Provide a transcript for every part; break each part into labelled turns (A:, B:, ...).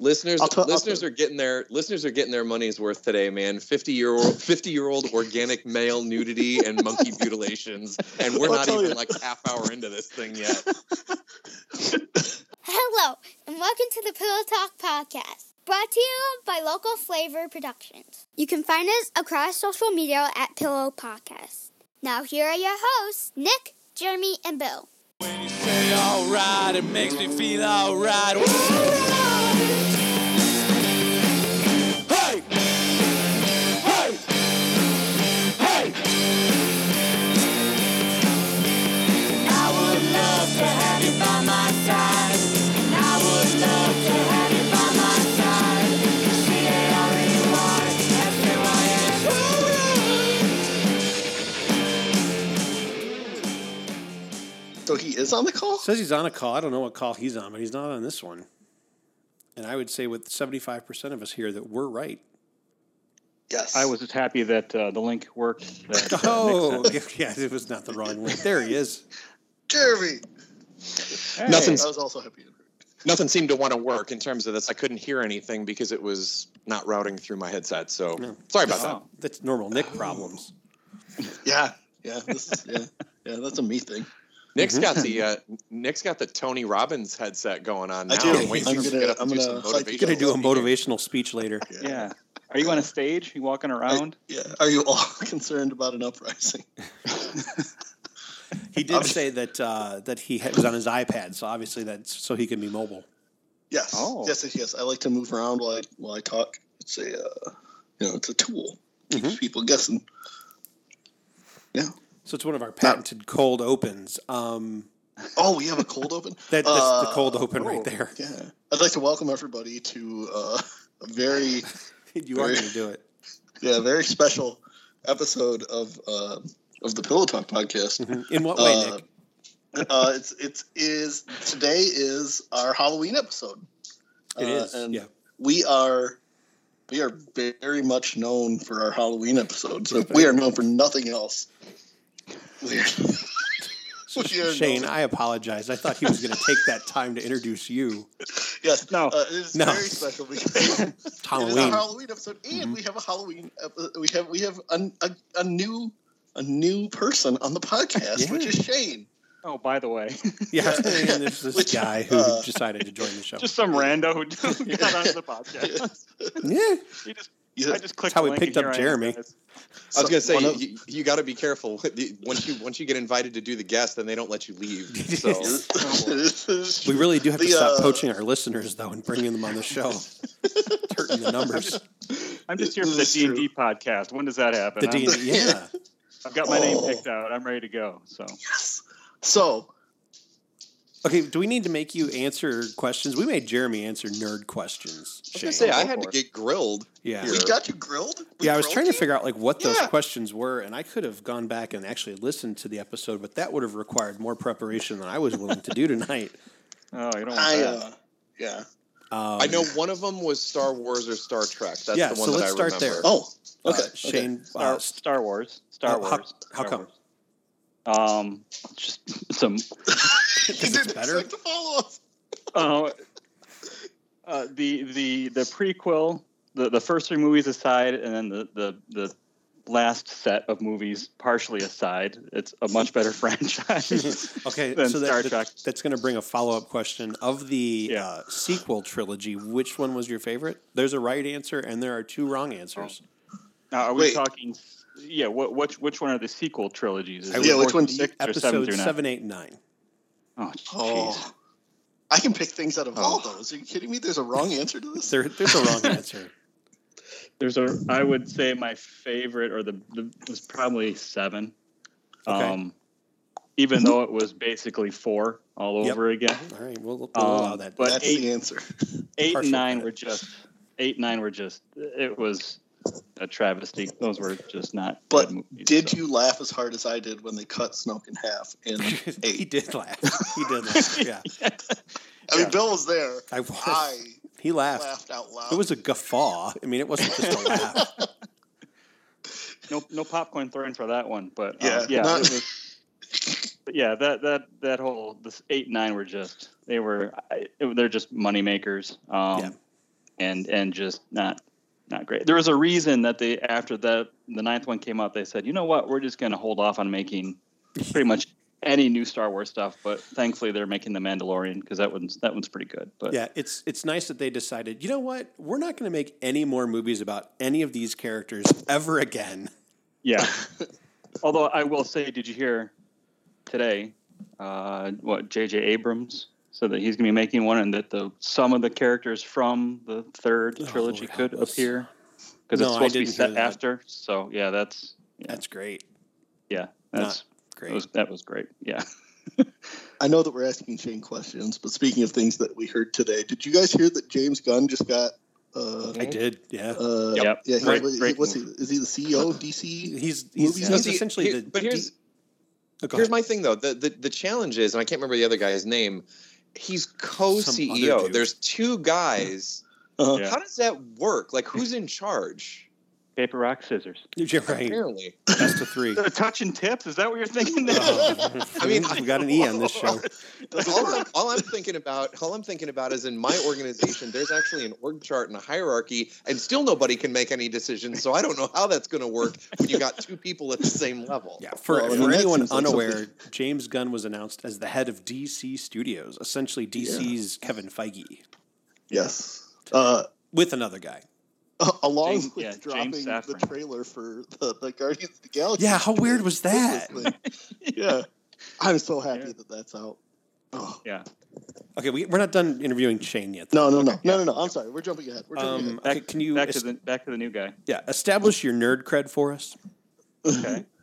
A: Listeners,
B: I'll t-
A: listeners
B: I'll
A: are getting their listeners are getting their money's worth today, man. Fifty year old, fifty year old organic male nudity and monkey mutilations, and we're
B: I'll
A: not
B: tell
A: even
B: you.
A: like half hour into this thing yet.
C: Hello, and welcome to the Pillow Talk Podcast, brought to you by Local Flavor Productions. You can find us across social media at Pillow Podcast. Now, here are your hosts, Nick, Jeremy, and Bill.
D: When you say alright, it makes me feel alright. Hey! Hey! Hey! I would love to have you by my side. And I would love to have you by my side. C-A-R-E-Y, F-U-I-S.
B: So he is on the call.
E: Says he's on a call. I don't know what call he's on, but he's not on this one. And I would say with 75% of us here that we're right.
B: Yes,
F: I was just happy that uh, the link worked. That, uh, Nick
E: Oh,
F: sent-
E: yeah, it was not the wrong one. There he is.
B: Jeremy.
F: Hey,
A: Nothing's
B: I was also happy.
A: nothing seemed to want to work in terms of this. I couldn't hear anything because it was not routing through my headset. So sorry about that.
F: Oh,
E: That's normal Nick
B: Oh,
E: problems.
B: Yeah, yeah, this is, yeah, yeah. That's a me thing.
A: Nick's
B: Mm-hmm.
A: got the uh, Nick's got the Tony Robbins headset going on now.
B: I do.
A: I'm waiting
B: I'm
A: for him to
B: gonna-
A: get up
B: I'm
A: and do some
B: gonna hike-
A: motivation
E: You're going to do a
A: speaking.
E: motivational speech later.
F: yeah. Are you on a stage? You walking around?
B: Yeah. Are you all concerned about an uprising?
E: He did say that uh, that he had- was on his iPad, so obviously that's so he can be mobile.
B: Yes.
F: Oh.
B: Yes. Yes. Yes. I like to move around while I while I talk. It's a uh, you know it's a tool. Keeps
F: Mm-hmm.
B: people guessing. Yeah.
E: So it's one of our patented cold opens. Um,
B: Oh, we have a cold open.
E: that, that's the
B: Uh,
E: cold open right there.
B: Yeah. I'd like to welcome everybody to uh, a very
E: You are
B: Very-
E: going to do it.
B: yeah very special episode of uh, of the Pillow Talk podcast.
E: Mm-hmm. In what way,
B: Uh,
E: Oh, Nick?
B: uh, it's it's is today is our Halloween episode.
E: It
B: uh,
E: is.
B: and-
E: yeah.
B: We are we are very much known for our Halloween episodes. So we are known for nothing else. We are, we are
E: Shane,
B: known-
E: I apologize. I thought he was going to take that time to introduce you.
B: yes,
F: No.
B: uh, it is
E: No.
B: very special because It is
E: Halloween. Mm-hmm.
B: a Halloween episode, and we have a Halloween. Epi- we have we have an, a a new a new person on the podcast,
E: Yeah.
B: which is Shane.
F: Oh, by the way,
E: Yeah, and there's this
B: Which,
E: guy who
B: uh,
E: decided to join the show.
F: just some rando who got onto the podcast.
E: yeah,
F: You just,
B: Yeah.
F: I just clicked.
E: how
F: the
E: we
F: link
E: picked
F: and
E: up
F: here I am,
E: Jeremy.
F: guys.
A: I was gonna say
B: One of-
A: you, you got to be careful once you once you get invited to do the guest, then they don't let you leave. So
E: we really do have to
B: The,
E: stop
B: uh,
E: poaching our listeners though and bringing them on the show. It's hurting the numbers.
F: I'm just here for
B: This
F: the
B: is
F: D and D podcast. When does that happen?
E: The
F: I'm-
E: D, yeah.
F: I've got my name
B: Oh.
F: picked out. I'm ready to go. So
B: yes. So
E: Okay, do we need to make you answer questions? We made Jeremy answer nerd questions.
A: I was gonna
E: Shane.
A: say I had to get grilled.
E: yeah.
B: we got you grilled. We
E: yeah, I was
B: grilled
E: trying to
B: you?
E: figure out like what those
B: Yeah.
E: questions were, and I could have gone back and actually listened to the episode, but that would have required more preparation than I was willing to do tonight.
F: oh, you don't want
B: I
F: that.
B: uh, yeah.
E: Um,
A: I know one of them was Star Wars or Star Trek. That's
E: Yeah,
A: the one
E: so
A: that
E: let's
A: I
E: start
A: remember.
E: there.
B: Oh,
E: uh,
B: okay. okay.
E: Shane.
F: Star,
E: Uh, st-
F: Star Wars. Star
E: Oh,
F: Wars.
E: how- how
F: Star
E: come?
F: Wars. Um, it's just some.
B: You
E: it's
B: didn't
E: better.
B: expect to follow us.
F: Uh, uh, the the the prequel, the the first three movies aside, and then the the the last set of movies partially aside. It's a much better franchise.
E: okay,
F: than
E: so that,
F: Star
E: that-
F: Trek.
E: that's going to bring a follow up question of the
F: Yeah.
E: uh, sequel trilogy. Which one was your favorite? There's a right answer, and there are two wrong answers.
F: Oh, now, are we
B: Wait.
F: talking? Yeah, what which which one are the sequel trilogies? Is
E: I
F: it
E: would- Yeah,
B: which
F: fourth
B: one
F: and
B: do you-
F: sixth or seven
E: Episode
F: through nine?
E: seven, eight, nine.
F: Oh, jeez.
B: Oh. I can pick things out of all
F: Oh.
B: those. Are you kidding me? There's a wrong answer to this.
E: There, there's a wrong answer.
F: There's a. I would say my favorite, or the, the was probably seven.
E: Okay.
F: Um, even though it was basically four all
E: Yep.
F: over again.
E: All right, we'll, we'll
F: Um,
E: allow that.
F: but
B: That's
F: eight-
B: the answer.
F: eight
E: partial
F: and nine
E: credit.
F: were just eight and nine were just it was a travesty. Those were just not.
B: But
F: good movies,
B: Did
F: so.
B: you laugh as hard as I did when they cut Snoke in half in eight?
E: he did laugh. He did laugh. Yeah,
B: I mean,
F: Yeah.
B: Bill was there.
E: I was.
B: I
E: he laughed.
B: laughed out loud.
E: It was a guffaw. I mean, it wasn't just a laugh.
F: no no popcorn thrown for that one? But yeah,
B: Yeah,
F: yeah,
B: not-
F: it was, but yeah. That that that whole this eight and nine were just they were I- it, they're just moneymakers. Um,
E: Yeah.
F: and and just not not great. There was a reason that they after the the ninth one came out, they said, you know what, we're just going to hold off on making pretty much any new Star Wars stuff. But thankfully, they're making the Mandalorian because that one's that one's pretty good. But
E: Yeah, it's it's nice that they decided. You know what? We're not going to make any more movies about any of these characters ever again.
F: Yeah. Although I will say, did you hear today uh, what J.J. Abrams said that he's going to be making one, and that the some of the characters from the third
E: Oh,
F: trilogy
E: Lord
F: could
E: help us.
F: appear because
E: No,
F: it's
E: I
F: supposed to be
E: didn't
F: set
E: hear that.
F: after. So yeah, that's yeah,
E: That's great.
F: yeah
E: Not
F: that's
E: great.
F: That, was, that was great. Yeah.
B: I know that we're asking Shane questions, but speaking of things that we heard today, did you guys hear that James Gunn just got? Uh,
E: I did. Yeah.
B: uh,
F: Yep.
B: Yeah, he,
F: Great-
B: was-
F: great
B: what's he, is he the CEO of DC?
E: He's he's,
B: Movies-
E: he's
B: That's
A: See,
E: essentially
A: here-
E: the.
A: but here's
E: oh, go
A: here's
E: ahead.
A: my thing though. The, the the challenge is, and I can't remember the other guy's name. He's
E: other
A: co-CEO.
E: dude.
A: There's two guys.
B: Uh,
F: Yeah.
A: Oh, How does that work? Like, who's in charge?
F: Paper, rock, scissors.
E: You're right.
A: Apparently,
E: Best of three.
F: touching tips? Is that what you're thinking?
B: Uh,
E: Oh.
A: I mean,
E: we got an E on this show.
A: all I'm, all I'm thinking about, all I'm thinking about is in my organization, there's actually an org chart and a hierarchy, and still nobody can make any decisions. So I don't know how that's going to work when you got two people at the same level.
E: Yeah, for,
B: Well, I mean,
E: for
B: that
E: anyone
B: seems like
E: unaware, James Gunn was announced as the head of DC Studios, essentially DC's Kevin Feige,
B: Yes. Uh,
E: with another guy.
B: a- along
F: James-
B: with
F: yeah, James
B: dropping the
F: Safran.
B: trailer for the, the Guardians of the Galaxy.
E: Yeah, how weird was that?
B: Christmas thing. yeah, I'm so happy
F: Yeah.
B: that that's out. Oh.
F: yeah.
E: Okay, we, we're not done interviewing Shane yet.
B: No, no, no, no, no, no. I'm sorry. We're jumping ahead. We're jumping
E: Um,
B: ahead.
E: okay,
F: Back-
E: can you
F: back to
E: es-
F: the back to the new guy?
E: yeah establish your nerd cred for us?
F: Okay.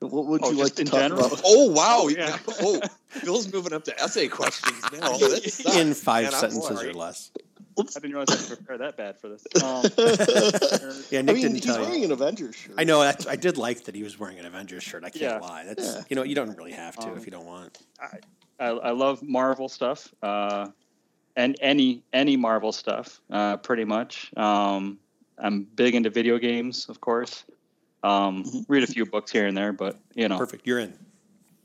B: What would
F: oh,
B: you like
F: just
B: to
F: in
B: talk
F: general?
B: about?
A: Oh wow!
F: Oh,
A: Oh,
F: yeah.
A: Bill's moving up to essay questions now. That sucks.
E: in five
A: Man, I'm
E: sentences
A: sorry.
E: or less.
F: I didn't realize I had to prepare that bad for this. Um,
E: Yeah,
B: I
E: Nick
B: mean,
E: didn't
B: he's
E: tell
B: wearing
E: you.
B: an Avengers shirt.
E: I know. That's, I did like that he was wearing an Avengers shirt. I can't
F: Yeah.
E: lie. That's
B: Yeah.
E: you know you don't really have to
F: Um,
E: if you don't want.
F: I, I love Marvel stuff, uh, and any any Marvel stuff, uh, pretty much. Um, I'm big into video games, of course. Um, read a few books here and there, but you know,
E: Perfect. You're in.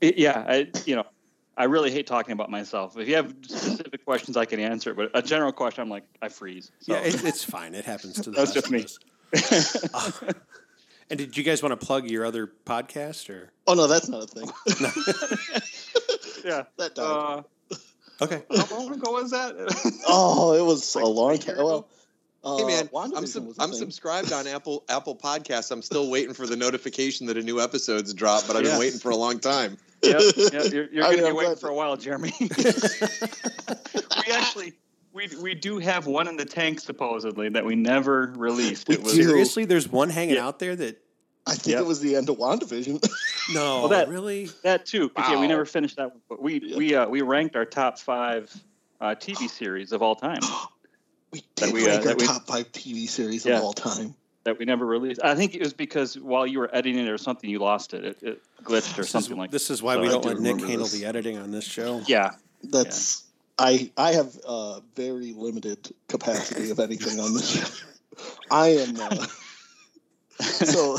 F: it- yeah, I you know, I really hate talking about myself. If you have specific questions, I can answer, it, but a general question, I'm like, I freeze. So.
E: Yeah, it, it's fine. It happens to the
F: That's
E: best
F: just me.
E: of us. Uh, and did you guys want to plug your other podcast or?
B: Oh no, that's not a thing.
F: yeah.
B: that died.
F: Uh,
E: Okay.
F: how long ago was that?
B: oh, it was a long
F: year
B: time.
F: ago?
B: Well, uh,
A: Hey man, I'm,
B: WandaVision
A: sub-
B: was a
A: I'm
B: thing.
A: subscribed on Apple Apple Podcasts. I'm still waiting for the notification that a new episode's dropped, but I've
F: Yeah.
A: been waiting for a long time.
F: yep, yep.
B: I mean,
F: You're, you're going to be
B: I'm
F: waiting
B: glad
F: for
B: that-
F: a while, Jeremy. we actually, we, we do have one in the tank supposedly that we never released.
B: We
F: It was
B: do.
E: Seriously, there's one hanging
F: Yeah.
E: out there that
B: I think
F: Yeah.
B: it was the end of Wandavision.
E: no,
F: Well, that-
E: really.
F: that too. 'cause, Yeah, we
A: Wow.
F: never finished that one, but we we uh, we ranked our top five uh, TV series of all time
B: we
F: That
B: did
F: we, uh,
B: rank our
F: that we-
B: top five TV series
F: Yeah.
B: of all time.
F: that we never released. I think it was because while you were editing it or something, you lost it. It, it glitched or
E: This is,
F: something like. that.
E: this is why
F: so
E: we
F: I
E: don't
B: do
E: let Nick
B: remember
E: handle
B: this.
E: the editing on this show.
F: Yeah,
B: That's I I have uh, very limited capacity of anything on this show. I am uh, so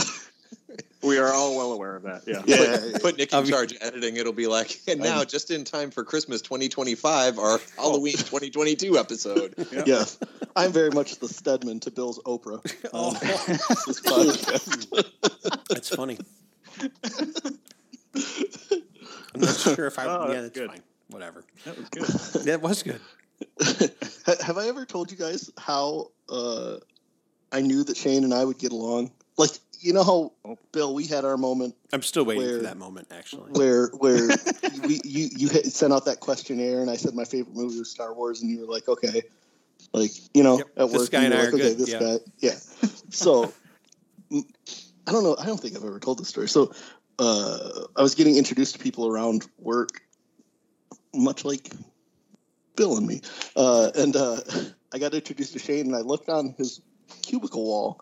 F: we are all well aware of that. Yeah.
B: yeah.
A: Put Nick in
E: Um,
A: charge of editing. It'll be like, and now just in time for Christmas 2025, our Halloween 2022 episode.
B: Yes, I'm very much the Stedman to Bill's Oprah. Um,
E: Oh.
B: This is podcast.
E: That's funny. I'm not sure if I.
F: Oh,
E: yeah,
F: that's
E: that's
F: good.
E: fine. Whatever.
F: That was good.
E: That was good.
B: Ha- have I ever told you guys how uh, I knew that Shane and I would get along? Like you know
E: Oh.
B: how Bill, we had our moment
E: I'm still waiting
B: Where-
E: for that moment. Actually,
B: where where we, you you had sent out that questionnaire and I said my favorite movie was Star Wars and you were like okay like you know
E: Yep,
B: at
E: this
B: work
E: guy
B: you
E: and
B: were
E: I
B: like,
E: are
B: okay
E: good,
B: this
E: yeah.
B: guy yeah so m- I don't know I don't think I've ever told this story so uh, I was getting introduced to people around work much like Bill and me uh, and uh, I got introduced to Shane and I looked on his cubicle wall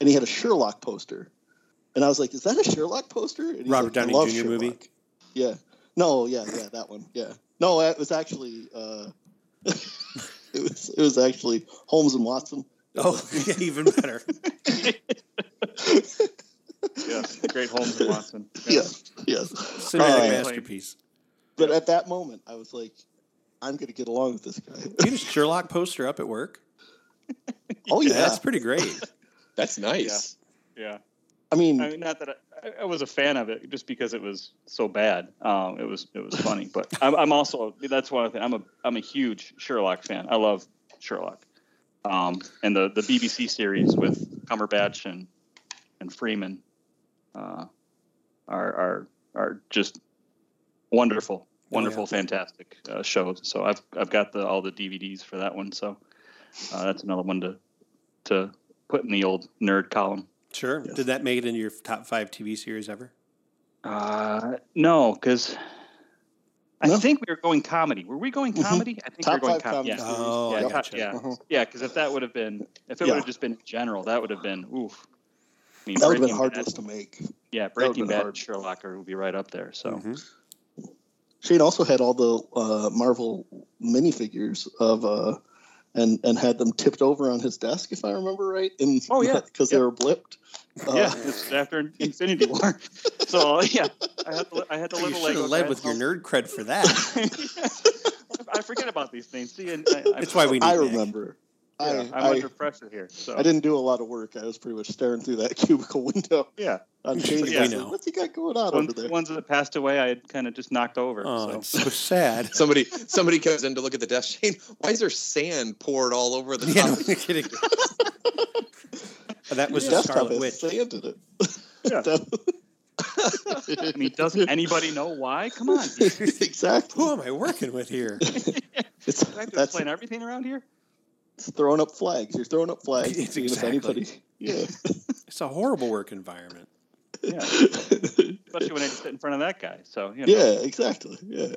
B: and he had a Sherlock poster. And I was like, "Is that a Sherlock poster?" And he's
E: Robert
B: like, "I
E: Downey
B: love
E: Jr. movie?
B: Sherlock." Yeah. No, yeah, yeah, that one. Yeah. No, it was actually uh it was it was actually Holmes and Watson.
E: oh, yeah, even better.
F: Yeah. Great Holmes and Watson.
B: Yeah. Yes.
E: Cinematic
B: Uh,
E: masterpiece.
B: But at that moment I was like, I'm gonna get along with this guy.
E: You had a Sherlock poster up at work.
B: Oh yeah,
E: That's pretty great.
A: That's nice.
F: Yeah.
B: I mean,
F: I mean, not that I, I- I was a fan of it, just because it was so bad. Um, it was it was funny, but I'm, I'm also that's one thing. I'm a I'm a huge Sherlock fan. I love Sherlock, um, and the the BBC series with Cumberbatch and and Freeman uh, are are are just wonderful, wonderful, fantastic uh, shows. So I've I've got the all the DVDs for that one. So uh, that's another one to to put in the old nerd column.
E: Sure.
B: Yes.
E: Did that make it into your top five TV series ever?
F: Uh, no, because I
B: No?
F: think we were going comedy. Were we going
E: Mm-hmm.
B: Mhm.
F: comedy? I think we
B: top
F: were going
B: five comedy
F: Yeah,
B: series.
E: Oh, I
F: yeah,
B: Yep.
E: gotcha.
F: yeah,
B: Uh-huh.
F: yeah. Because if that would have been, if it
B: Yeah.
F: would have just been in general, that would have been oof. I mean,
B: That would have been
F: Breaking
B: hard
F: Bad-
B: list to make.
F: Yeah,
B: would've
F: Breaking
B: been
F: Bad,
B: hard.
F: Sherlock are- would be right up there. So
E: Mhm.
B: Shane also had all the uh, Marvel minifigures of, uh, and and had them tipped over on his desk, if I remember right. In,
F: Oh, yeah.
B: because they
F: Yep.
B: were blipped. Uh,
F: yeah, this is after Infinity War. so yeah, I had to, I had to
E: You
F: live a
E: should
F: Lego
E: have led
F: guy.
E: with your nerd cred for that.
F: I forget about these things. See, and I, I,
E: That's why we need
B: I
E: Nick.
B: remember.
F: Yeah,
B: I,
F: I'm
B: I,
F: under pressure here. So
B: I didn't do a lot of work. I was pretty much staring through that cubicle window
F: Yeah.
B: on
E: We
B: Shane's desk.
E: know.
B: What's he got going on
F: One,
B: over there?
F: ones that passed away, I had kind of just knocked over.
E: Oh,
F: so.
E: it's so sad.
A: Somebody somebody comes in to look at the desk. Shane, why is there sand poured all over the
E: yeah,
A: top?
E: no kidding. that was
B: His
E: the
B: desktop
E: Scarlet
B: has
E: Witch.
B: sand in it.
F: Yeah.
B: That-
F: I mean, doesn't anybody know why? Come on, dude.
B: exactly.
E: Who am I working with here?
B: It's,
F: Do I have to
B: that's
F: explain everything around here.
B: it's throwing up flags. You're throwing up flags.
E: It's
B: even if
E: exactly.
B: anybody, yeah.
E: It's a horrible work environment.
F: Yeah, especially when I just sit in front of that guy. So you know,
B: yeah, exactly. Yeah.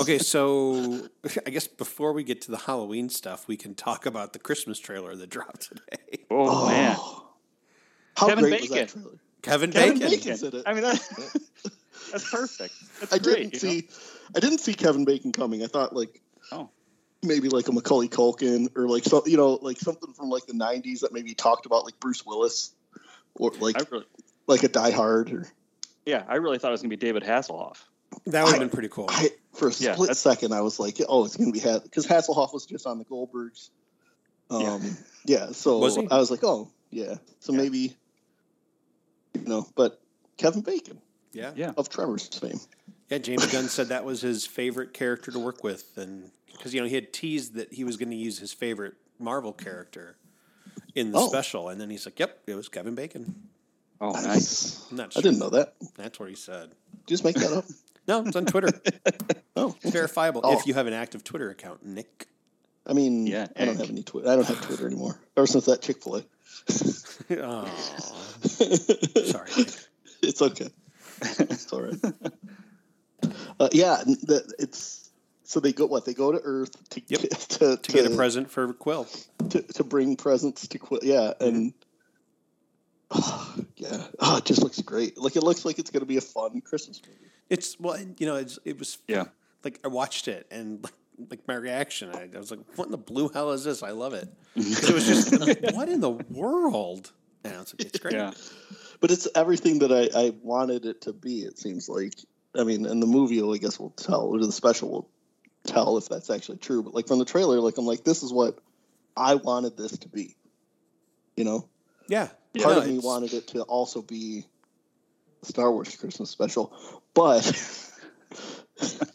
E: Okay, so I guess before we get to the Halloween stuff, we can talk about the Christmas trailer that dropped today.
F: Oh, man,
B: How
F: Kevin
B: great was
F: Bacon.
B: that trailer?
E: Kevin,
F: Kevin
E: Bacon.
B: Bacon's in it.
F: I mean, that, that's perfect. That's
B: I
F: great.
B: didn't
F: you know?
B: see I didn't see Kevin Bacon coming. I thought like
F: Oh.
B: maybe like a Macaulay Culkin or like some you know, like something from like the nineties that maybe talked about like Bruce Willis or like
F: I really,
B: like a Die Hard or
F: yeah, I really thought it was gonna be David Hasselhoff.
E: That would have been pretty cool.
B: I for a
F: Yeah,
B: split
F: that's-
B: second I was like, oh, it's gonna be Has because Hasselhoff was just on the Goldbergs.
F: Yeah.
B: Um yeah, so
E: Was he?
B: I was like, oh yeah. So
F: Yeah.
B: maybe you know, but Kevin Bacon
E: Yeah.
F: Yeah.
B: of Trevor's fame.
E: Yeah, James Gunn said that was his favorite character to work with, and because you know he had teased that he was going to use his favorite Marvel character in the
B: Oh.
E: special, and then he's like, "Yep, it was Kevin Bacon."
F: Oh, nice.
E: I'm not
B: I
E: sure.
B: didn't know that.
E: That's what he said.
B: Just make that up.
E: No, it's on Twitter.
B: Oh,
E: It's verifiable
B: Oh.
E: if you have an active Twitter account, Nick.
B: I mean,
F: Yeah,
B: I don't
F: egg.
B: have any Twitter. I don't have Twitter anymore. Ever since that Chick Fil A.
E: oh,
B: Sorry,
E: sorry. Nick.
B: it's okay. It's all right. Uh, yeah, n- the, it's so they go what they go to Earth to
E: Yep.
B: get, to,
E: To get a present for Quill.
B: to, to bring presents to Quill. Yeah, and yeah, oh, it just looks great. Like it looks like it's gonna be a fun Christmas movie.
E: It's well, and, you know, it's, it was
F: Yeah.
E: Like I watched it and like, like my reaction, I, I was like, "What in the blue hell is this?" I love it. 'Cause It was just like, what in the world? And I was like, "It's great."
F: Yeah,
B: But it's everything that I, I wanted it to be. It seems like I mean, and the movie, I guess, will tell, or the special will tell if that's actually true. But like from the trailer, like I'm like, this is what I wanted this to be. You know,
E: Yeah.
B: part
E: No,
B: of me
E: it's-
B: wanted it to also be a Star Wars Christmas special, but.
E: I'm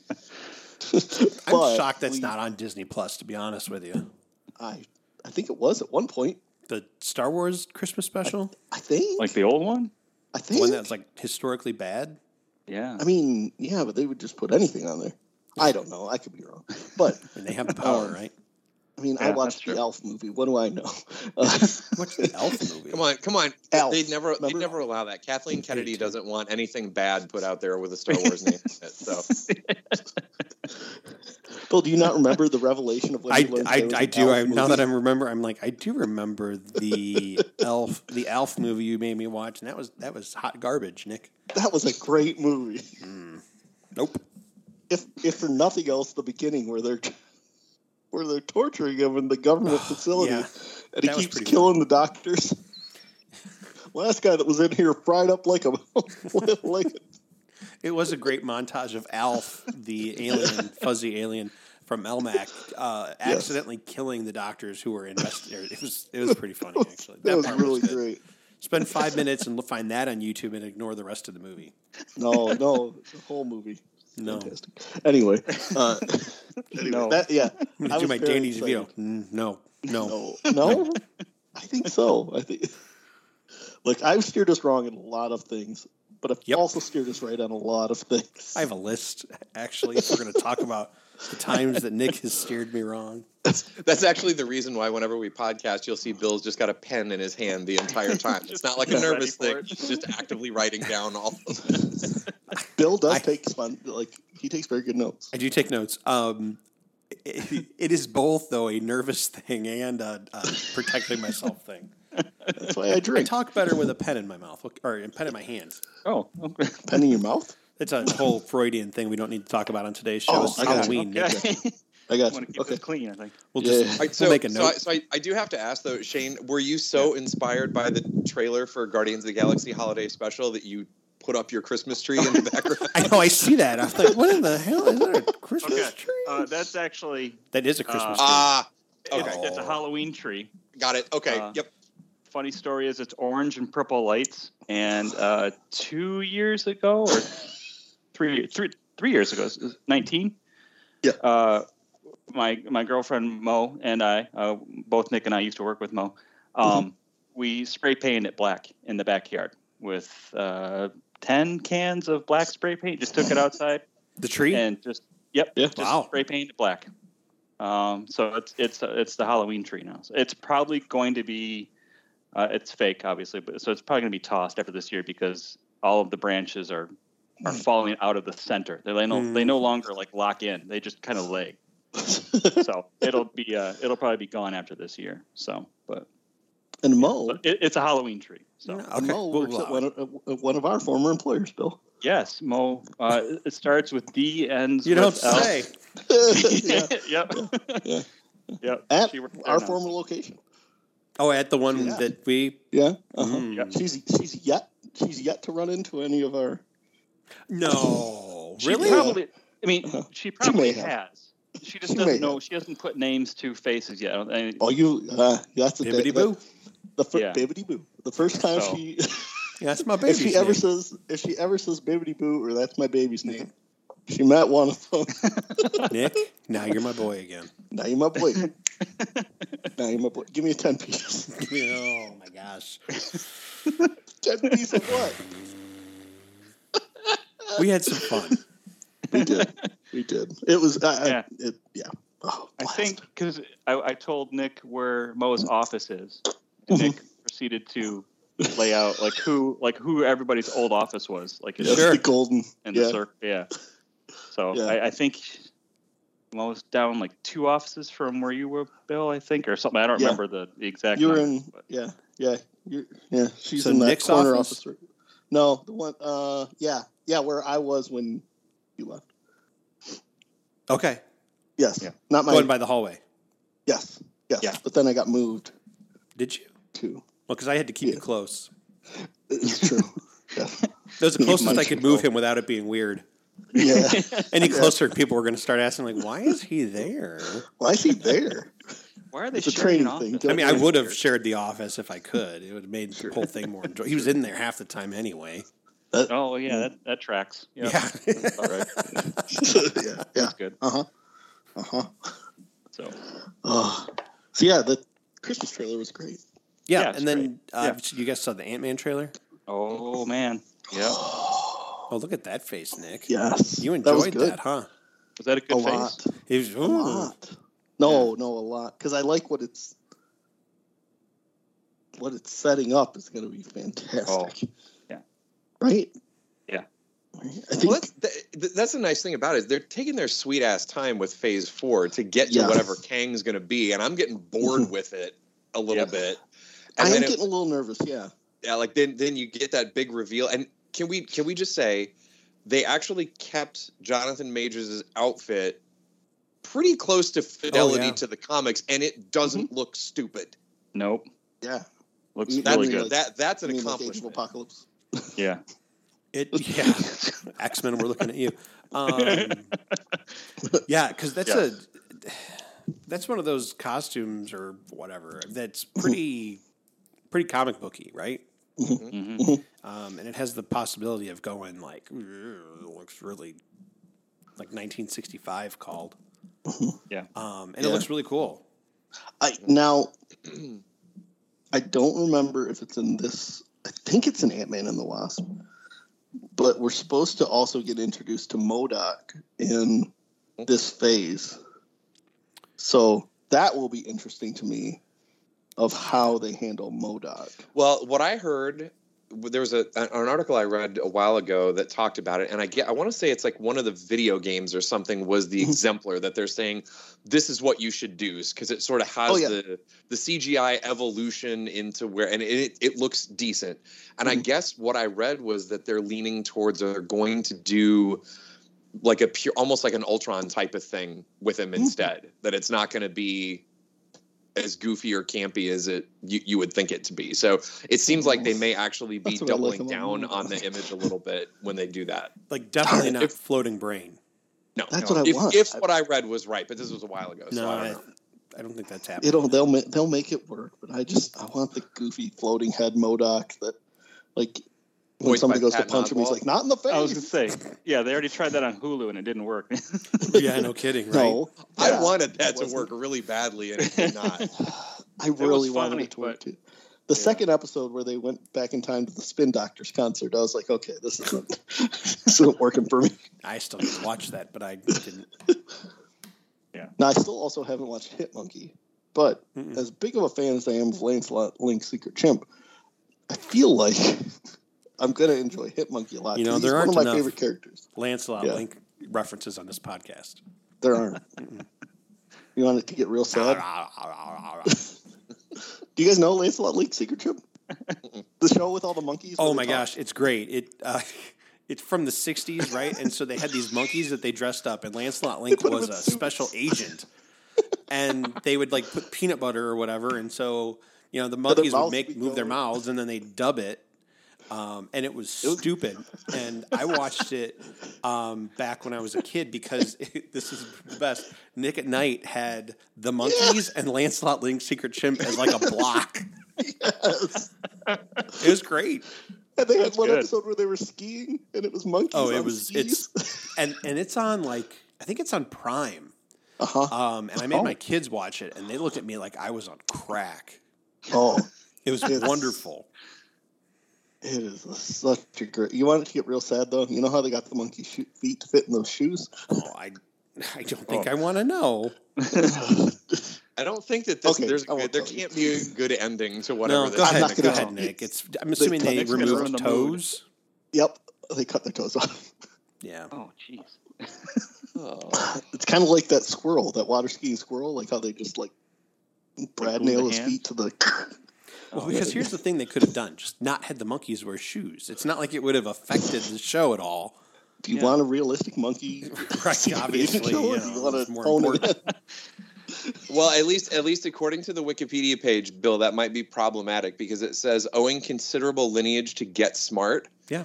B: But
E: shocked that's
B: we-
E: not on Disney Plus. To be honest with you,
B: I, I think it was at one point.
E: the Star Wars Christmas special,
B: I think.
F: like the old one.
B: I
E: the
B: think.
E: one that's like historically bad.
F: Yeah,
B: I mean, yeah, but they would just put anything on there. I don't know. I could be wrong, but
E: And they have the power,
B: Um,
E: right?
B: I mean, I
F: Yeah,
B: watched
F: that's
B: the
F: true.
B: Elf movie. What do I know? Uh,
E: What's the Elf movie?
A: Come on, come on.
B: Elf.
A: They'd never they'd
B: Remember?
A: never allow that. Kathleen
E: They
A: Kennedy
E: do.
A: doesn't want anything bad put out there with a Star Wars name in it. So
B: Bill, do you not remember the revelation of when
E: I,
B: you learned there
E: I,
B: was
E: I
B: an
E: do.
B: Elf
E: I, now that
B: movie?
E: I remember, I'm like I do remember the Elf the Elf movie you made me watch, and that was that was hot garbage, Nick.
B: that was a great movie.
E: Nope.
B: If if for nothing else, the beginning where they're where they're torturing him in the government facility,
E: yeah.
B: and he
E: That was
B: keeps
E: pretty
B: killing the doctors. Last guy that was in here fried up like a like
E: It was a great montage of Alf, the alien, fuzzy alien, from Elmac uh, accidentally killing the doctors who were investigating. It was it was pretty funny actually.
B: That was
E: part
B: really
E: good.
B: great.
E: Spend five minutes and find that on YouTube and ignore the rest of the movie.
B: No, no, the whole movie.
E: No,
B: Fantastic. Anyway, uh, anyway,
F: No.
B: that, yeah,
E: I'm
B: I
E: gonna do
B: was
E: my
B: very
E: Danny's
B: excited.
E: veto. Mm, No, no,
B: No, no, I think so. I think, like, I've steered us wrong in a lot of things, but I've
E: Yep.
B: also steered us right on a lot of things.
E: I have a list actually. We're gonna talk about the times that Nick has steered me wrong.
A: That's actually the reason why whenever we podcast, you'll see Bill's just got a pen in his hand the entire time. It's not like a
F: Just ready
A: nervous
F: for
A: thing;
F: it.
A: he's just actively writing down all. Of
B: Bill does
E: I-
B: take fun, like he takes very good notes.
E: I do take notes. Um, it, it is both though a nervous thing and a, a protecting myself thing.
B: That's why I
E: I
B: drink.
E: talk better with a pen in my mouth or a pen in my hand.
F: Oh, okay.
B: Pen in your mouth.
E: That's a whole Freudian thing we don't need to talk about on today's show.
B: Oh,
E: it's
B: I got you.
E: Halloween. Nick.
B: I
F: I
B: got
F: want to
B: you.
F: keep
B: Okay.
F: this clean. I think.
E: We'll
B: Yeah.
E: just
B: All
A: All right, so,
E: we'll make a
A: so
E: note.
A: I, so I, I do have to ask though, Shane, were you so inspired by the trailer for Guardians of the Galaxy Holiday Special that you put up your Christmas tree in the background?
E: I, know I see that. I'm like, what in the hell is that? A Christmas
F: Okay.
E: tree?
F: Uh, that's actually
E: that is a Christmas tree.
A: Ah,
F: it's,
A: Okay.
F: it's a Halloween tree.
A: got it. Okay,
F: Uh,
A: yep.
F: Funny story is it's orange and purple lights. And uh, two years ago, or three, three, three years ago, nineteen.
B: Yeah.
F: Uh, my my girlfriend Mo and I, uh, both Nick and I used to work with Mo. Um, We spray painted it black in the backyard with uh, ten cans of black spray paint. Just took it outside
E: the tree.
F: and just yep,
B: Yeah.
F: just
E: Wow.
F: spray painted black. Um, so it's it's it's the Halloween tree now. So it's probably going to be uh, it's fake, obviously, but so it's probably going to be tossed after this year because all of the branches are are falling out of the center. They no
E: Mm.
F: they no longer like lock in. They just kind of lay. So it'll be uh, it'll probably be gone after this year. So, but
B: and Mo,
F: but it, it's a Halloween tree. So
E: Okay,
B: Mo
E: we'll
B: works at
E: allow
B: one
E: it.
B: of, uh, one of our former employers, Bill.
F: yes, Mo. Uh, it starts with D ends.
E: You don't
F: with L.
E: say.
B: yeah.
F: yep.
B: yeah.
F: Yep.
B: At
F: She works there
B: our
F: now.
B: former location.
E: Oh, at the one
B: Yeah.
E: that we.
B: Yeah. Uh-huh.
E: Mm.
F: Yeah.
B: She's she's yet she's yet to run into any of our.
E: No,
F: She
E: really?
F: Probably. I mean,
B: Uh-huh.
F: she probably
B: may have.
F: has. She just
B: She may
F: doesn't know. She hasn't put names to faces yet. I don't- I-
B: Oh, you. Uh, that's the
E: Bibbidi
B: thing.
E: boo.
B: The fir-
F: Yeah.
B: bibbidi boo. The first time
F: So-
B: she,
E: Yeah, that's my
B: if
E: baby's
B: she ever
E: name.
B: says, if she ever says bibbidi boo or that's my baby's name, she met one of them.
E: Nick, now you're my boy again.
B: now you're my boy. now you're my boy. Give me a ten piece.
E: oh my gosh.
B: ten piece of what?
E: We had some fun.
B: We did. We did. It was. I, yeah.
F: Yeah.
B: I, it, yeah. Oh,
F: I
B: blast.
F: think because I, I told Nick where Mo's office is, and
B: Mm-hmm.
F: Nick proceeded to lay out like who like who everybody's old office was, like in,
B: Yes,
E: Sure.
B: the golden.
F: in
B: yeah.
F: the circle. Yeah. So
B: Yeah.
F: I, I think Mo's down like two offices from where you were, Bill. I think or something. I don't
B: Yeah.
F: remember the, the exact.
B: You're
F: numbers,
B: in.
F: but-
B: Yeah. Yeah. You're, yeah. She's
E: So
B: in that
E: Nick's
B: corner
E: office?
B: office. right- No, the one. Uh. Yeah. Yeah. Where I was when you left.
E: Okay,
B: Yes.
F: Yeah.
B: Not my.
E: going by the hallway.
B: yes. Yes.
E: Yeah.
B: But then I got moved
E: Did you?
B: too.
E: Well, because I had to keep
B: Yeah.
E: you close.
B: It's true. yes.
E: That was the closest
B: my
E: I could move him without it being weird.
B: Yeah.
E: Any closer, people were going to start asking, like, why is he there?
B: Why is he there?
F: Why are they
B: It's a
F: sharing an
B: training thing,
F: office?
B: don't
E: I mean, I would have shared the office if I could. It would have made the whole thing more enjoyable. He was in there half the time anyway.
F: Oh yeah,
B: Mm.
F: that, that tracks. Yeah.
E: Yeah.
F: All right.
B: yeah. Yeah.
F: That's good.
B: Uh huh. Uh huh.
F: So
B: Oh. So yeah, the Christmas trailer was great.
E: Yeah,
F: Yeah, it's
E: and then uh,
F: Yeah.
E: you guys saw the Ant Man trailer.
F: Oh man. Yeah.
E: Oh, look at that face, Nick.
B: Yes.
E: You
B: that, was
E: enjoyed
B: good.
E: that, Hmm. huh?
F: Was that a good
B: A
F: face?
B: lot.
E: He was,
B: A
E: ooh.
B: lot. No, no, a lot. Because I like what it's what it's setting up is going to be fantastic.
F: yeah.
B: Right.
F: Yeah.
B: Right? I think
A: Well, that's, that, that's the nice thing about it. Is they're taking their sweet ass time with Phase Four to get to
B: Yes. Mm-hmm.
A: whatever Kang's going to be, and I'm getting bored with it a little
F: Yep.
A: bit.
B: I
A: And
B: am
A: then it-
B: getting a little nervous. Yeah.
A: yeah, like then then you get that big reveal. And can we can we just say they actually kept Jonathan Majors' outfit pretty close
B: Oh,
A: to fidelity to the comics, and it doesn't
B: Mm-hmm.
A: look stupid.
F: Nope.
B: Yeah.
F: Looks
B: You-
A: That's
F: really
B: you mean
F: good.
B: like-
A: that that's
B: I
A: an
B: mean, like Age of
A: accomplishment.
B: Apocalypse.
F: yeah.
E: It, yeah, X Men. We're looking at you. Um, yeah, because that's
F: Yes.
E: that's one of those costumes or whatever that's pretty pretty comic booky, right?
F: Mm-hmm.
E: Um, and it has the possibility of going like "Ugh, looks really like 1965 called.
F: Yeah.
E: Um, and it
B: Yeah.
E: looks really cool.
B: I now I don't remember if it's in this. I think it's in Ant Man and the Wasp, but we're supposed to also get introduced to Modoc in this phase. So that will be interesting to me of how they handle Modoc.
A: Well, what I heard there was a an article I read a while ago that talked about it, and I get I want to say it's like one of the video games or something was
B: Mm-hmm.
A: the exemplar that they're saying this is what you should do because it sort of has
B: Oh, yeah.
A: the the CGI evolution into where and it it looks decent. And I
B: Mhm.
A: guess what I read was that they're leaning towards or they're going to do like a pure almost like an Ultron type of thing with
B: Mm-hmm.
A: him instead. That it's not going to be as goofy or campy as it you, you would think it to be. So it seems like they may actually be
B: That's what I like
A: doubling
B: a lot
A: down
B: more.
A: on the image a little bit when they do that.
E: Like definitely
B: Darn,
E: not floating brain.
A: No,
B: That's
A: no.
B: what I
A: if,
B: want.
A: If what I read was right, but this was a while ago, so
E: no,
A: I
E: I,
A: don't know.
E: I don't think that's happening.
B: It'll they'll ma- they'll make it work, but I just I want the goofy floating head Modoc that like when
A: Voiced
B: somebody
A: by
B: goes
A: Patton
B: to punch him, he's
A: Oswalt.
B: like not in the face.
F: I was gonna say, yeah, they already tried that on Hulu and it didn't work.
E: yeah, no kidding, right?
B: No,
A: I wanted that to
B: wasn't-
A: work really badly, and it did not.
B: I really wanted
F: funny,
B: it to work
F: but-
B: too. The second episode where they went back in time to the Spin Doctors concert, I was like, okay, this isn't, this isn't working for me.
E: I still need to watch that, but I didn't.
B: Now, I still also haven't watched Hit Monkey, but
E: Mm-mm.
F: Hmm.
B: as big of a fan as I am of Lancelot Link Secret Chimp, I feel like I'm going to enjoy Hit Monkey a lot.
E: You know,
B: 'cause he's
E: there
B: one
E: aren't
B: of my
E: enough.
B: favorite characters.
E: Lancelot
B: Yeah.
E: Link references on this podcast.
B: There aren't. you want it to get real sad? Do you guys know Lancelot Link Secret Chimp? the show with all the monkeys?
E: oh
B: where
E: my
B: they talk?
E: gosh, it's great. It uh, it's from the '60s, right? And so they had these monkeys that they dressed up, and Lancelot Link
B: put 'em
E: was
B: in
E: a
B: suits.
E: special agent, and they would like put peanut butter or whatever, and so you know the monkeys would
B: mouths
E: make
B: would
E: move their
B: go-
E: mouths, and then they dub it. Um, and it was, stupid. And I watched it um, back when I was a kid because this is the best. Nick at Night had the monkeys and Lancelot Link Secret Chimp as like a block.
B: Yes.
E: It was great.
B: And they had
F: That's
B: one
F: good.
B: episode where they were skiing and it was monkeys.
E: Oh, it
B: on
E: was
B: skis.
E: it's and and it's on like I think it's on Prime.
B: uh-huh.
E: Um, and I made my kids watch it, and they looked at me like I was on crack.
B: oh,
E: It was
B: Yes.
E: wonderful.
B: it is such a great. You want it to get real sad though. You know how they got the monkey shoe, feet to fit in those shoes?
E: Oh, I I don't think I want to know.
A: I don't think that this,
B: Okay,
A: there's a
B: I
A: good,
B: won't
A: there
B: tell you.
A: can't be a good ending to whatever.
E: No,
A: this
E: go
A: is
E: ahead,
B: not
A: gonna
E: go
B: gonna
E: ahead,
B: know.
E: Nick. It's I'm assuming they,
B: Nick's
F: gonna
E: removed
F: ruin the mood.
E: toes.
B: Yep, they cut their toes off.
E: Yeah,
F: oh, jeez.
B: It's kind of like that squirrel, that water skiing squirrel, like how they just like Brad
F: glue
B: nail
F: the
B: his
F: hand?
B: feet to the.
E: well, because here's the thing they could have done: just not had the monkeys wear shoes. It's not like it would have affected the show at all,
B: Do you
F: Yeah.
B: want a realistic monkey?
E: right? Obviously,
B: Killer,
E: you
B: do you
E: know,
B: want
E: it's
B: to
E: more
B: hone
E: important.
B: it in?
A: Well, at least at least according to the Wikipedia page, Bill, that might be problematic because it says owing considerable lineage to Get Smart.
E: Yeah,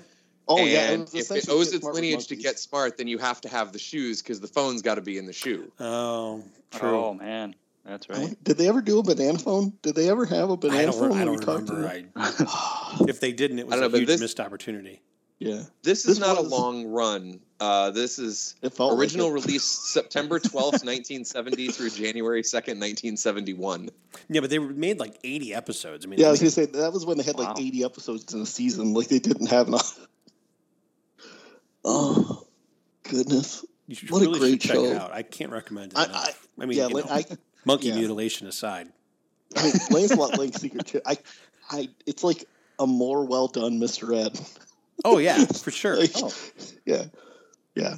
B: Oh
A: and
B: yeah, it was
A: if it
B: essentially
A: owes
B: Get
A: its
B: Smart with
A: lineage to
B: Monkeys.
A: Get Smart, then you have to have the shoes because the phone's got to be in the shoe.
E: oh, true.
F: Oh man, that's
B: I
F: right.
B: wonder- Did they ever do a banana phone? Did they ever have a banana
E: I don't.
B: phone?
E: re- I
B: when we
E: don't
B: talked to
E: remember.
B: them?
E: I, if they didn't, it was
A: don't know,
E: a
A: but
E: huge
A: this-
E: missed opportunity.
B: yeah,
A: This is
B: This
A: not a
B: was- Oh,
A: long run. Uh, this is
B: it felt
A: original
B: Like
A: release September twelfth, nineteen seventy through January second, nineteen seventy one.
E: Yeah, but they were- made like 80 episodes. I mean,
B: it. Yeah, I
E: they
B: was gonna say that was when they had
F: Wow.
B: like eighty episodes in a season. Like they didn't have enough. Oh goodness!
E: you should
B: what a
E: really
B: great
E: should check it
B: show.
E: out. I can't recommend it
B: I-
E: enough. I, mean,
B: yeah,
E: you
B: like,
E: know,
B: I,
E: monkey
B: yeah.
E: mutilation aside.
B: I mean, Lancelot Link Secret Chip. I, I, it's like a more well done Mister Ed.
E: Oh yeah, for sure.
B: Like,
E: oh.
B: Yeah, yeah.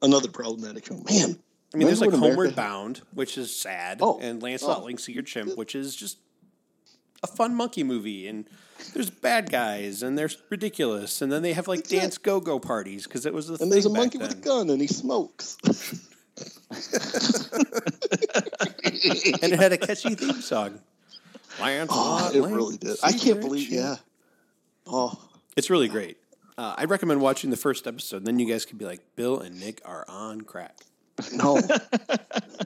B: Another problematic show. Man,
E: Oh, I mean,
B: remember
E: there's like
B: when America
E: Homeward
B: had-
E: Bound, which is sad,
B: Oh.
E: and Lancelot
B: Oh.
E: Link Secret Chimp, which is just a fun monkey movie. And there's bad guys, and they're ridiculous, and then they have like
B: Exact-
E: dance go go parties because it was the
B: and
E: thing
B: there's a
E: back
B: monkey
E: then.
B: with a gun, and he smokes.
E: and it had a catchy theme song.
B: Oh,
E: Lancelot
B: it
E: Link
B: really did. I can't
E: Secret
B: believe.
E: Chimp.
B: Yeah. Oh,
E: It's really great. Uh, I'd recommend watching the first episode. Then you guys could be like, Bill and Nick are on crack.
B: No.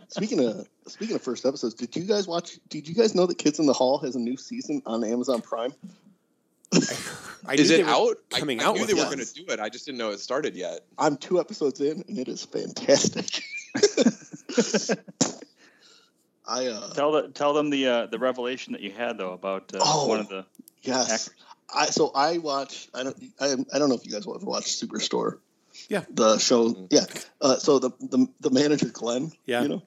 B: speaking of speaking of first episodes, did you guys watch? Did you guys know that Kids in the Hall has a new season on Amazon Prime?
E: I
A: Is
E: knew
A: it
E: they were
A: out? I-
E: Coming
A: I,
E: out
A: knew
E: with
A: they were
E: one.
A: going to do it. I just didn't know it started yet.
B: I'm two episodes in, and it is fantastic. I uh,
F: Tell the, tell them the uh, the revelation that you had though about uh,
B: Oh.
F: one of the
B: yes,
F: actors.
B: I so I watch. I don't. I, I don't know if you guys will ever watch Superstore.
E: Yeah.
B: The show.
A: Mhm.
B: Yeah. Uh, so the, the the manager Glenn.
E: Yeah.
B: You know,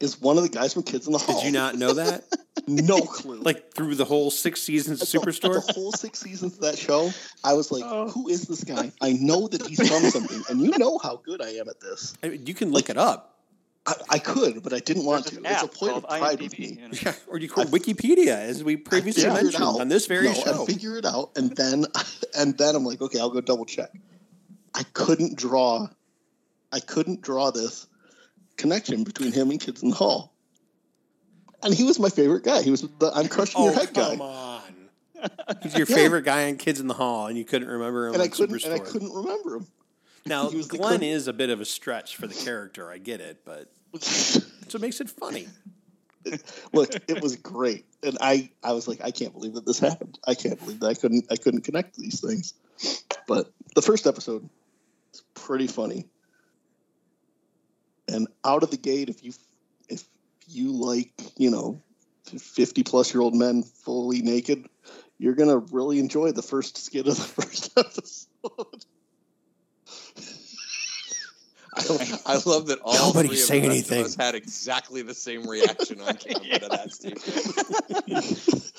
B: is one of the guys from Kids in the Hall.
E: Did you not know that?
B: No clue.
E: like through the whole six seasons of Superstore?
B: The whole six seasons of that show, I was like,
F: Oh.
B: "Who is this guy? I know that he's from something, and you know how good I am at this.
E: I mean, you can look it up.
B: I, I could, but I didn't want
F: There's
B: to.
F: an
B: It's a
F: app
B: point of
F: called
B: pride with
F: IMDb,
B: me.
F: you know.
E: Yeah, or you call Wikipedia, as we previously
B: Figure it
E: mentioned
B: out.
E: on this very
B: no,
E: show.
B: I figure it out, and then and then I'm like, okay, I'll go double check. I couldn't draw, I couldn't draw this connection between him and Kids in the Hall. And he was my favorite guy. He was the I'm crushing
E: oh,
B: your head guy,
E: come on. He's your
B: Yeah.
E: favorite guy on Kids in the Hall, and you couldn't remember him
B: and I
E: on
B: couldn't and I
E: Superstore.
B: couldn't remember him.
E: now,
B: he was the
E: Glenn
B: cook.
E: is a bit of a stretch for the character. I get it, but that's what makes it funny.
B: look it was great and i i was like i can't believe that this happened i can't believe that i couldn't i couldn't connect these things but the first episode is pretty funny and out of the gate if you if you like you know 50 plus year old men fully naked you're gonna really enjoy the first skit of the first episode
A: I, I love that all
E: Nobody
A: three
E: say
A: of, the rest
E: anything.
A: of us had exactly the same reaction on camera to that statement.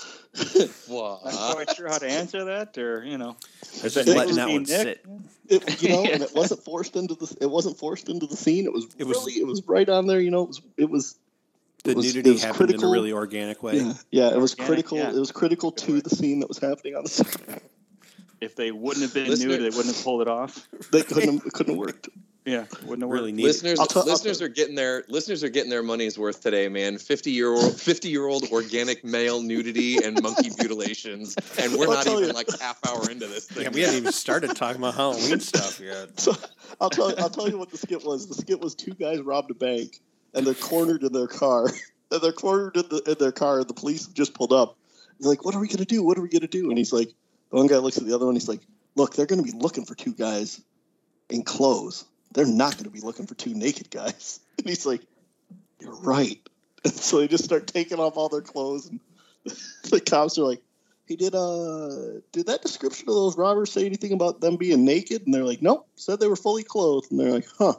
F: Not
A: Wow.
F: quite sure how to answer that, or you know,
E: There's that
B: It
E: letting
B: was
E: that
F: me,
E: one
F: Nick.
E: sit.
B: it, you know, and it wasn't forced into the it wasn't forced into the scene. It was
E: It was-
B: really it was right on there. You know, it was it was
E: The
B: It was-
E: nudity
B: it was
E: happened in
B: critical.
E: a really organic way.
B: yeah, yeah it was
F: Organic,
B: critical.
F: yeah.
B: It was critical
F: Good
B: to
F: word.
B: the scene that was happening on the screen.
F: if they wouldn't have been
A: Listener-
F: nude, they wouldn't have pulled it off.
B: They couldn't have, it couldn't have worked.
F: Yeah, wouldn't have
E: Really
F: really.
E: neat.
A: Listeners,
B: I'll tell- I'll
A: listeners
B: tell-
A: are getting their listeners are getting their money's worth today, man. Fifty year old, fifty year old organic male nudity and monkey mutilations, and we're
B: I'll
A: not
B: tell
A: even
B: you.
A: like half hour into this thing.
E: Yeah, we haven't even started talking about Halloween stuff yet.
B: So I'll tell I'll tell you what the skit was. The skit was two guys robbed a bank and they're cornered in their car. And they're cornered in, the, in their car. And the police have just pulled up. They're like, "What are we gonna do? What are we gonna do?" And he's like, the one guy looks at the other one. He's like, "Look, they're gonna be looking for two guys in clothes. They're not gonna be looking for two naked guys." And he's like, "You're right." And so they just start taking off all their clothes, and the cops are like, "He did. Uh, did that description of those robbers say anything about them being naked?" And they're like, "Nope. Said they were fully clothed." And they're like, "Huh.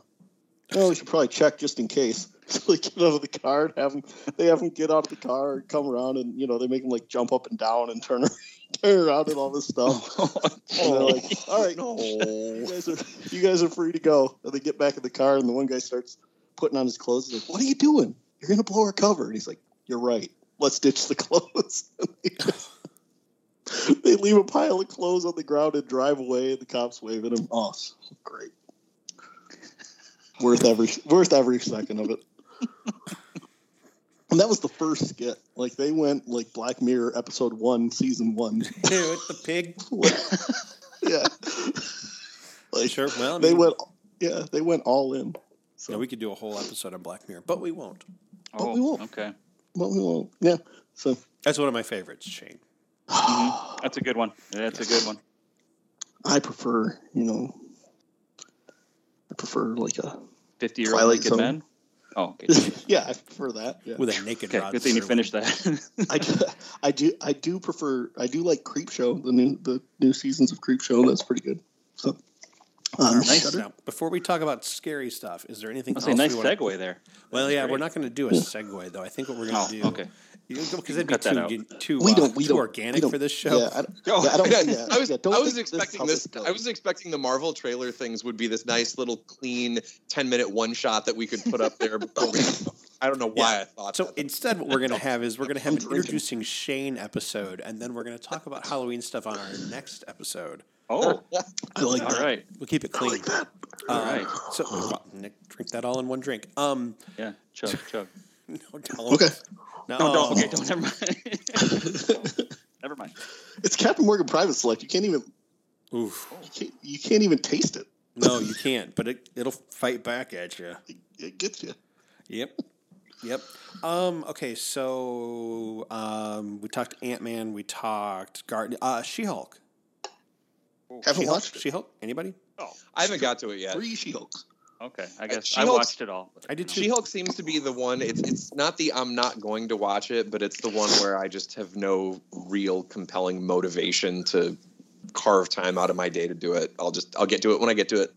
B: Well, we should probably check just in case." So they get out of the car and have them. They have them get out of the car and come around, and you know they make them like jump up and down and turn, turn around and all this stuff. And
F: Oh.
B: they're like, "All right, you guys are you guys are free to go. And they get back in the car, and the one guy starts putting on his clothes. He's like, "What are you doing? You're gonna blow our cover." And he's like, "You're right. Let's ditch the clothes." And they just- they leave a pile of clothes on the ground and drive away, and the cops wave at him. Oh, so great! Worth every worth every second of it. And that was the first skit. Like they went like Black Mirror episode one, season one.
E: With the pig.
B: yeah. Like,
E: Sure. Well, I
B: they
E: mean,
B: went yeah they went all in so
E: yeah, we could do a whole episode on Black Mirror, but we won't.
B: But we
F: Oh,
B: won't.
F: okay,
B: well, we won't yeah so
E: That's one of my favorites, Shane.
F: that's a good one. That's a good one.
B: i prefer you know i prefer like a
F: Fifty-year-old
B: Twilight
F: naked
B: Zone.
F: men. Oh, okay.
B: yeah i prefer that yeah
E: With a naked
F: okay.
E: rod.
F: Good thing you
E: Serling.
F: finished that.
B: I, do, I do i do prefer i do like creep show the new the new seasons of creep show that's pretty good so um,
E: Nice.
B: Shudder-
E: Now, before we talk about scary stuff, is there anything
F: I'll
E: else?
F: say nice
E: we wanna-
F: segue there.
E: Well,
F: That's
E: yeah, we're
F: great.
E: not going to do a segue though. I think what we're going
F: Oh,
E: to do,
F: okay.
E: because that'd be
F: Cut that
E: too
F: out.
E: gen- too
B: we
E: uh,
B: don't we
E: too
B: don't we
E: organic
B: don't-
E: for this show.
B: yeah, I, don't-
A: Oh,
B: yeah, I don't
A: yeah,
B: yeah,
A: I was,
B: yeah, don't
A: I was
B: think is
A: expecting
B: how
A: this.
B: goes.
A: I was expecting the Marvel trailer things would be this nice little clean ten minute one shot that we could put up there. Before we, I don't know why I thought
E: So
A: that.
E: instead, what we're going to have is we're going to have an
B: drinking.
E: introducing Shane episode, and then we're going to talk about Halloween stuff on our next episode.
F: Oh,
B: i like
F: all
B: that
F: right.
E: We'll keep it clean.
F: All
E: Um,
F: right.
E: So well, Nick, drink that all in one drink. Um,
F: Yeah. Chug, chug.
E: no, don't.
B: okay
E: No,
F: No, Oh, don't. Okay, don't. Never mind. never mind.
B: it's captain morgan private select you can't even
E: Oof.
B: you can't, you can't even taste it
E: No, you can't. But it, it'll fight back at you.
B: It, it gets you.
E: Yep. Yep. Um, okay, so um, we talked Ant Man. We talked Guardian. Uh, she Hulk.
B: Haven't
E: She Hulk.
B: watched it.
E: She Hulk. Anybody?
F: Oh,
A: I haven't got to it yet.
B: Three She Hulks.
F: okay. I guess I
A: She-Hulk's-
F: watched it all.
E: I did too.
A: She Hulk seems to be the one. It's it's not the I'm not going to watch it, but it's the one where I just have no real compelling motivation to carve time out of my day to do it. I'll just I'll get to it when I get to it.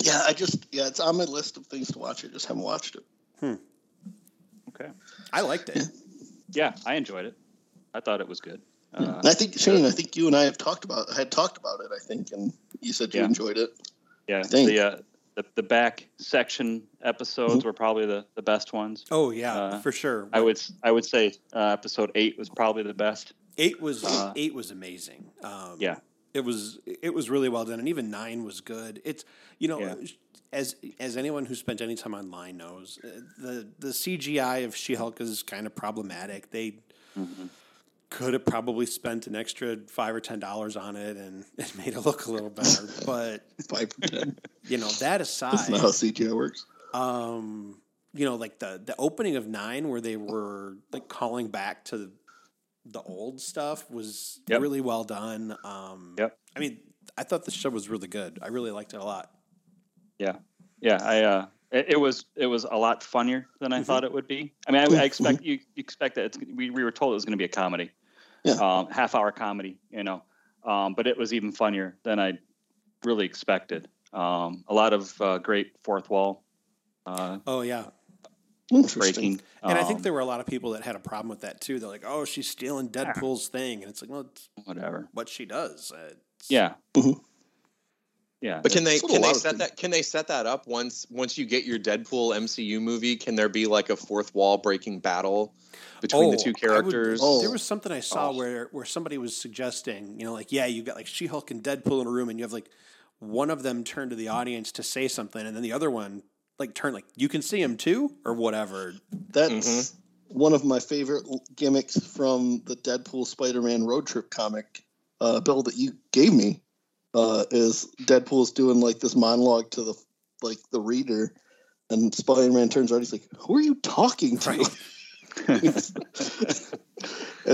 B: Yeah, I just yeah, it's on my list of things to watch. I just haven't watched it.
F: Okay.
E: I liked it.
F: Yeah, I enjoyed it. I thought it was good. Uh,
B: and I think Shane, I think you and I have talked about had talked about it. I think, and you said you
F: Yeah.
B: enjoyed it.
F: yeah,
B: think.
F: the, uh, the the back section episodes were probably the, the best ones.
E: Oh yeah,
F: Uh,
E: for sure.
F: I would s- I would say uh, episode eight was probably the best.
E: Eight was
F: Uh,
E: eight was amazing. Um,
F: Yeah.
E: it was it was really well done, and even nine was good. It's you know
F: Yeah.
E: as as anyone who spent any time online knows uh, the the CGI of She Hulk is kind of problematic. They
F: Mm-hmm.
E: could have probably spent an extra five or ten dollars on it and, and made it look a little better, but
B: Five from ten.
E: you know that
B: That's not how
E: aside,
B: CGI works.
E: um, you know like the the opening of nine where they were like calling back to the, old stuff was
F: Yep.
E: really well done. Um,
F: Yep.
E: I mean, I thought the show was really good. I really liked it a lot.
F: Yeah, I uh, it, it was it was a lot funnier than I
B: Mm-hmm.
F: thought it would be. I mean, I, I expect you, you expect that it's, we we were told it was going to be a comedy,
B: Yeah.
F: um, half hour comedy, you know, um, but it was even funnier than I really expected. Um, a lot of uh, great fourth wall uh,
E: Oh yeah,
B: Interesting.
F: breaking,
E: and I think
F: um,
E: there were a lot of people that had a problem with that too. They're like, "Oh, she's stealing Deadpool's thing," and it's like, "Well, it's
F: um, whatever.
E: what she does." Uh, it's-
F: Yeah,
B: Mhm.
F: yeah.
A: But can they
B: That's what a
A: can they
B: lot of
A: set
B: things-
A: that can they set that up once once you get your Deadpool MCU movie? Can there be like a fourth wall breaking battle between the
E: Oh,
A: two
E: I would-
A: characters?
B: Oh.
E: There was something I saw
F: Oh.
E: where where somebody was suggesting, you know, like yeah, you've got like She Hulk and Deadpool in a room, and you have like one of them turn to the audience to say something, and then the other one like turn like you can see him too or whatever.
B: That's one of my favorite l- gimmicks from the Deadpool Spider-Man road trip comic, uh, Bill, that you gave me. Uh, is Deadpool's doing like this monologue to the like the reader, and Spider-Man turns around. He's like, "Who are you talking to?"
E: Right.
B: and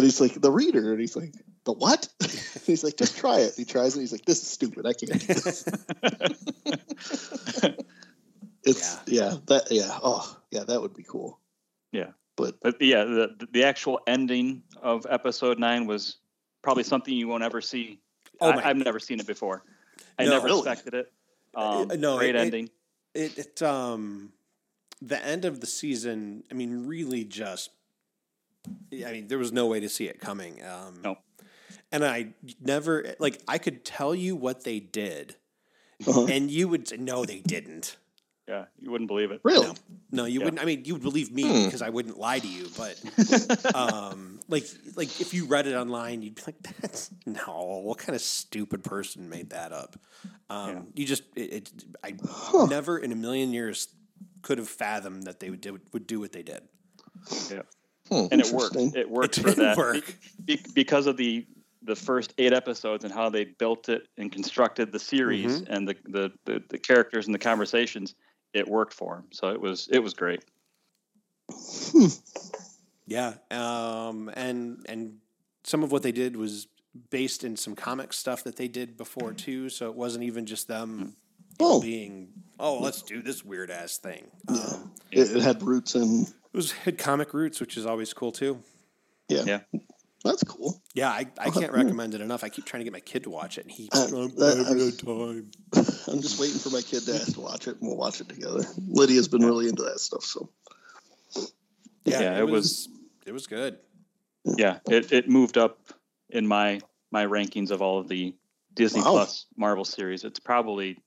B: he's like, "The reader," and he's like, "The what?" he's like, "Just try it." He tries it. He's like, "This is stupid. I can't." do this." it's yeah. that yeah. Oh yeah, that would be cool.
F: Yeah.
B: but
F: But yeah, the the actual ending of episode nine was probably something you won't ever see.
E: Oh my-
F: I, I've never seen it before. I
E: No.
F: never
E: Really?
F: expected it. Um,
E: Uh, no,
F: great
E: it- it-
F: ending.
E: It, it um the end of the season. I mean, really just. I mean, there was no way to see it coming. Um,
F: No.
E: and I never like I could tell you what they did,
B: uh-huh.
E: and you would say no, they didn't.
F: yeah, you wouldn't believe it.
B: really,
E: No, you
F: Yeah.
E: wouldn't. I mean, you would believe me
A: Hmm.
E: because I wouldn't lie to you. But um, like, like if you read it online, you'd be like, "That's no. What kind of stupid person made that up?" Um,
F: Yeah.
E: You just, it, it, I
B: Huh.
E: never in a million years could have fathomed that they would do, would do what they did.
F: And it worked.
B: Interesting.
F: It worked
E: It
F: for
E: didn't
F: that
E: work.
F: Be, be- because of the the first eight episodes and how they built it and constructed the series
E: Mm-hmm.
F: and the, the, the, the characters and the conversations. It worked for them, so it was it was great.
B: Hmm.
E: Yeah, um, and and some of what they did was based in some comic stuff that they did before too. So it wasn't even just them you know,
B: Oh.
E: being, "Oh, let's do this weird ass thing." Um,
B: Uh, it, it had roots in.
E: It was had comic roots, which is always cool too.
B: That's cool.
E: Yeah, I, I can't recommend it enough. I keep trying to get my kid to watch it, and he
B: Uh-huh. Uh,
E: I'm
B: that-
E: having
B: I
E: a
B: was-
E: time.
B: I'm just waiting for my kid to ask to watch it, and we'll watch it together. Lydia's been really into that stuff, so
E: Yeah,
F: Yeah,
E: it,
F: it
E: was, it was good.
F: Yeah, it, it moved up in my my rankings of all of the Disney
B: Wow.
F: Plus Marvel series. It's probably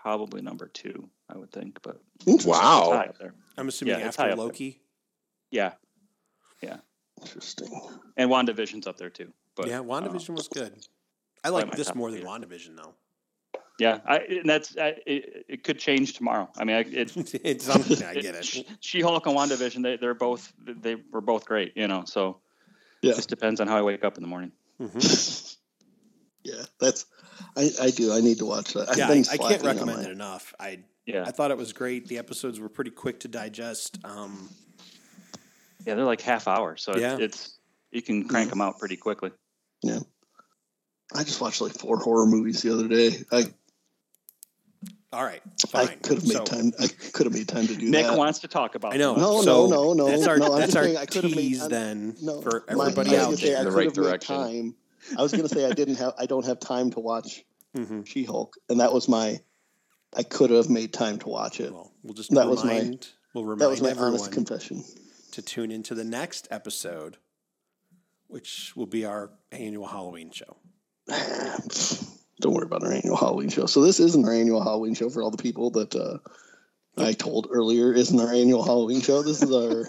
F: probably number two, I would think, but it's high
A: Wow.
F: up there.
E: I'm assuming
F: Yeah, it's high
E: after
F: up there.
E: Loki.
F: Yeah,
B: interesting.
F: and WandaVision's up there too. But
E: yeah,
F: yeah,
E: WandaVision was good. I
F: probably
E: like
F: my
E: this
F: top
E: more than
F: three.
E: WandaVision though.
F: I, and that's I, it, it. Could change tomorrow. I mean, I, it.
E: it's on, I get it.
F: She Hulk and WandaVision, they, they're both they were both great. You know, so
B: Yeah.
E: Mm-hmm.
F: just depends on how I wake up in the morning.
E: Mhm.
B: Yeah, that's. I, I do. I need to watch that. I've
E: yeah,
B: been
E: I, I can't
B: slacking on
E: recommend
B: my-
E: it enough. I
F: Yeah,
E: I thought it was great. The episodes were pretty quick to digest. Um,
F: yeah, they're like half hour, so
E: Yeah.
F: it's, it's you can crank them out pretty quickly.
B: I just watched like four horror movies the other day. I
E: all right,
B: I
E: fine.
B: could have made
E: So,
B: time. I could have made time to do
F: Nick
B: that.
F: wants to talk about.
E: I know.
B: No,
E: so
B: no, no, no,
E: That's our
B: no, I'm
E: that's
B: just
E: our
B: saying I could've made
E: tease
B: time-
E: then
B: no,
E: for
B: my-
E: everybody
B: I
E: out
B: was gonna say,
E: there.
B: I
A: In the
B: could
A: right
B: have made
A: direction.
B: Time. I was going to say I didn't have. I don't have time to watch
E: hmm
B: She Hulk, and that was my. I could have made time to watch it.
E: Well, we'll just
B: That
E: remind,
B: was my-
E: we'll remind
B: that was my
E: everyone
B: honest confession.
E: to tune into the next episode, which will be our annual Halloween show.
B: don't worry about our annual Halloween show. So this isn't our annual Halloween show for all the people that uh, I told earlier isn't our annual Halloween show. This is our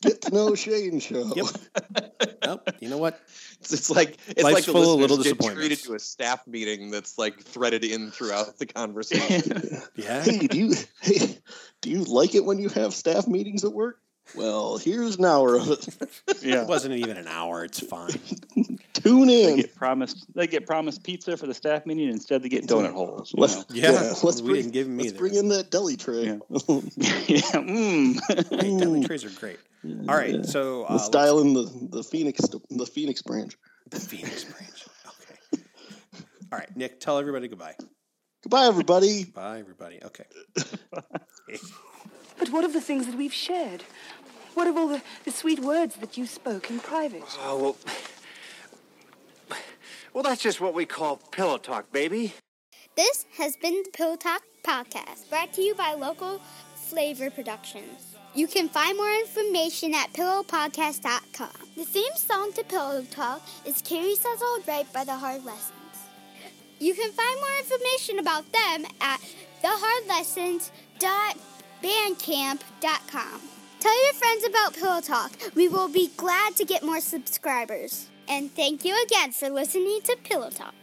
B: get to know Shane show.
E: Yep. Oh, you know what?
A: It's, it's like it's
E: Life's
A: like the
E: full of little
A: listeners get treated
E: disappointments.
A: to a staff meeting that's like threaded in throughout the conversation.
F: Nick.
E: Yeah.
B: Hey, do you hey, do you like it when you have staff meetings at work? Well, here's an hour of it.
E: It
F: yeah,
E: wasn't even an hour. It's fine.
B: Tune
F: they
B: in.
F: get promised they get promised pizza for the staff meeting, and instead they get donut holes. you
B: Let's-
F: know?
E: Yeah.
B: let's
E: we
B: bring-
E: didn't give them
B: Let's
E: either.
B: bring in that deli tray.
F: Yeah. yeah, mm.
E: Hey, deli trays are great. All right.
B: Yeah.
E: So uh,
B: let's dial in the, the Phoenix the Phoenix branch.
E: the Phoenix branch. Okay. All right, Nick, tell everybody goodbye.
B: Goodbye, everybody.
E: Bye, everybody. Okay.
G: But what of the things that we've shared? What of all the, the sweet words that you spoke in private?
H: Oh, well. Well, that's just what we call pillow talk, baby.
C: This has been the Pill Talk Podcast, brought to you by Local Flavor Productions. You can find more information at pillowpodcast.com. The theme song to Pillow Talk is Carrie Says All Right by The Hard Lessons. You can find more information about them at thehardlessons.bandcamp.com. Tell your friends about Pillow Talk. We will be glad to get more subscribers. And thank you again for listening to Pillow Talk.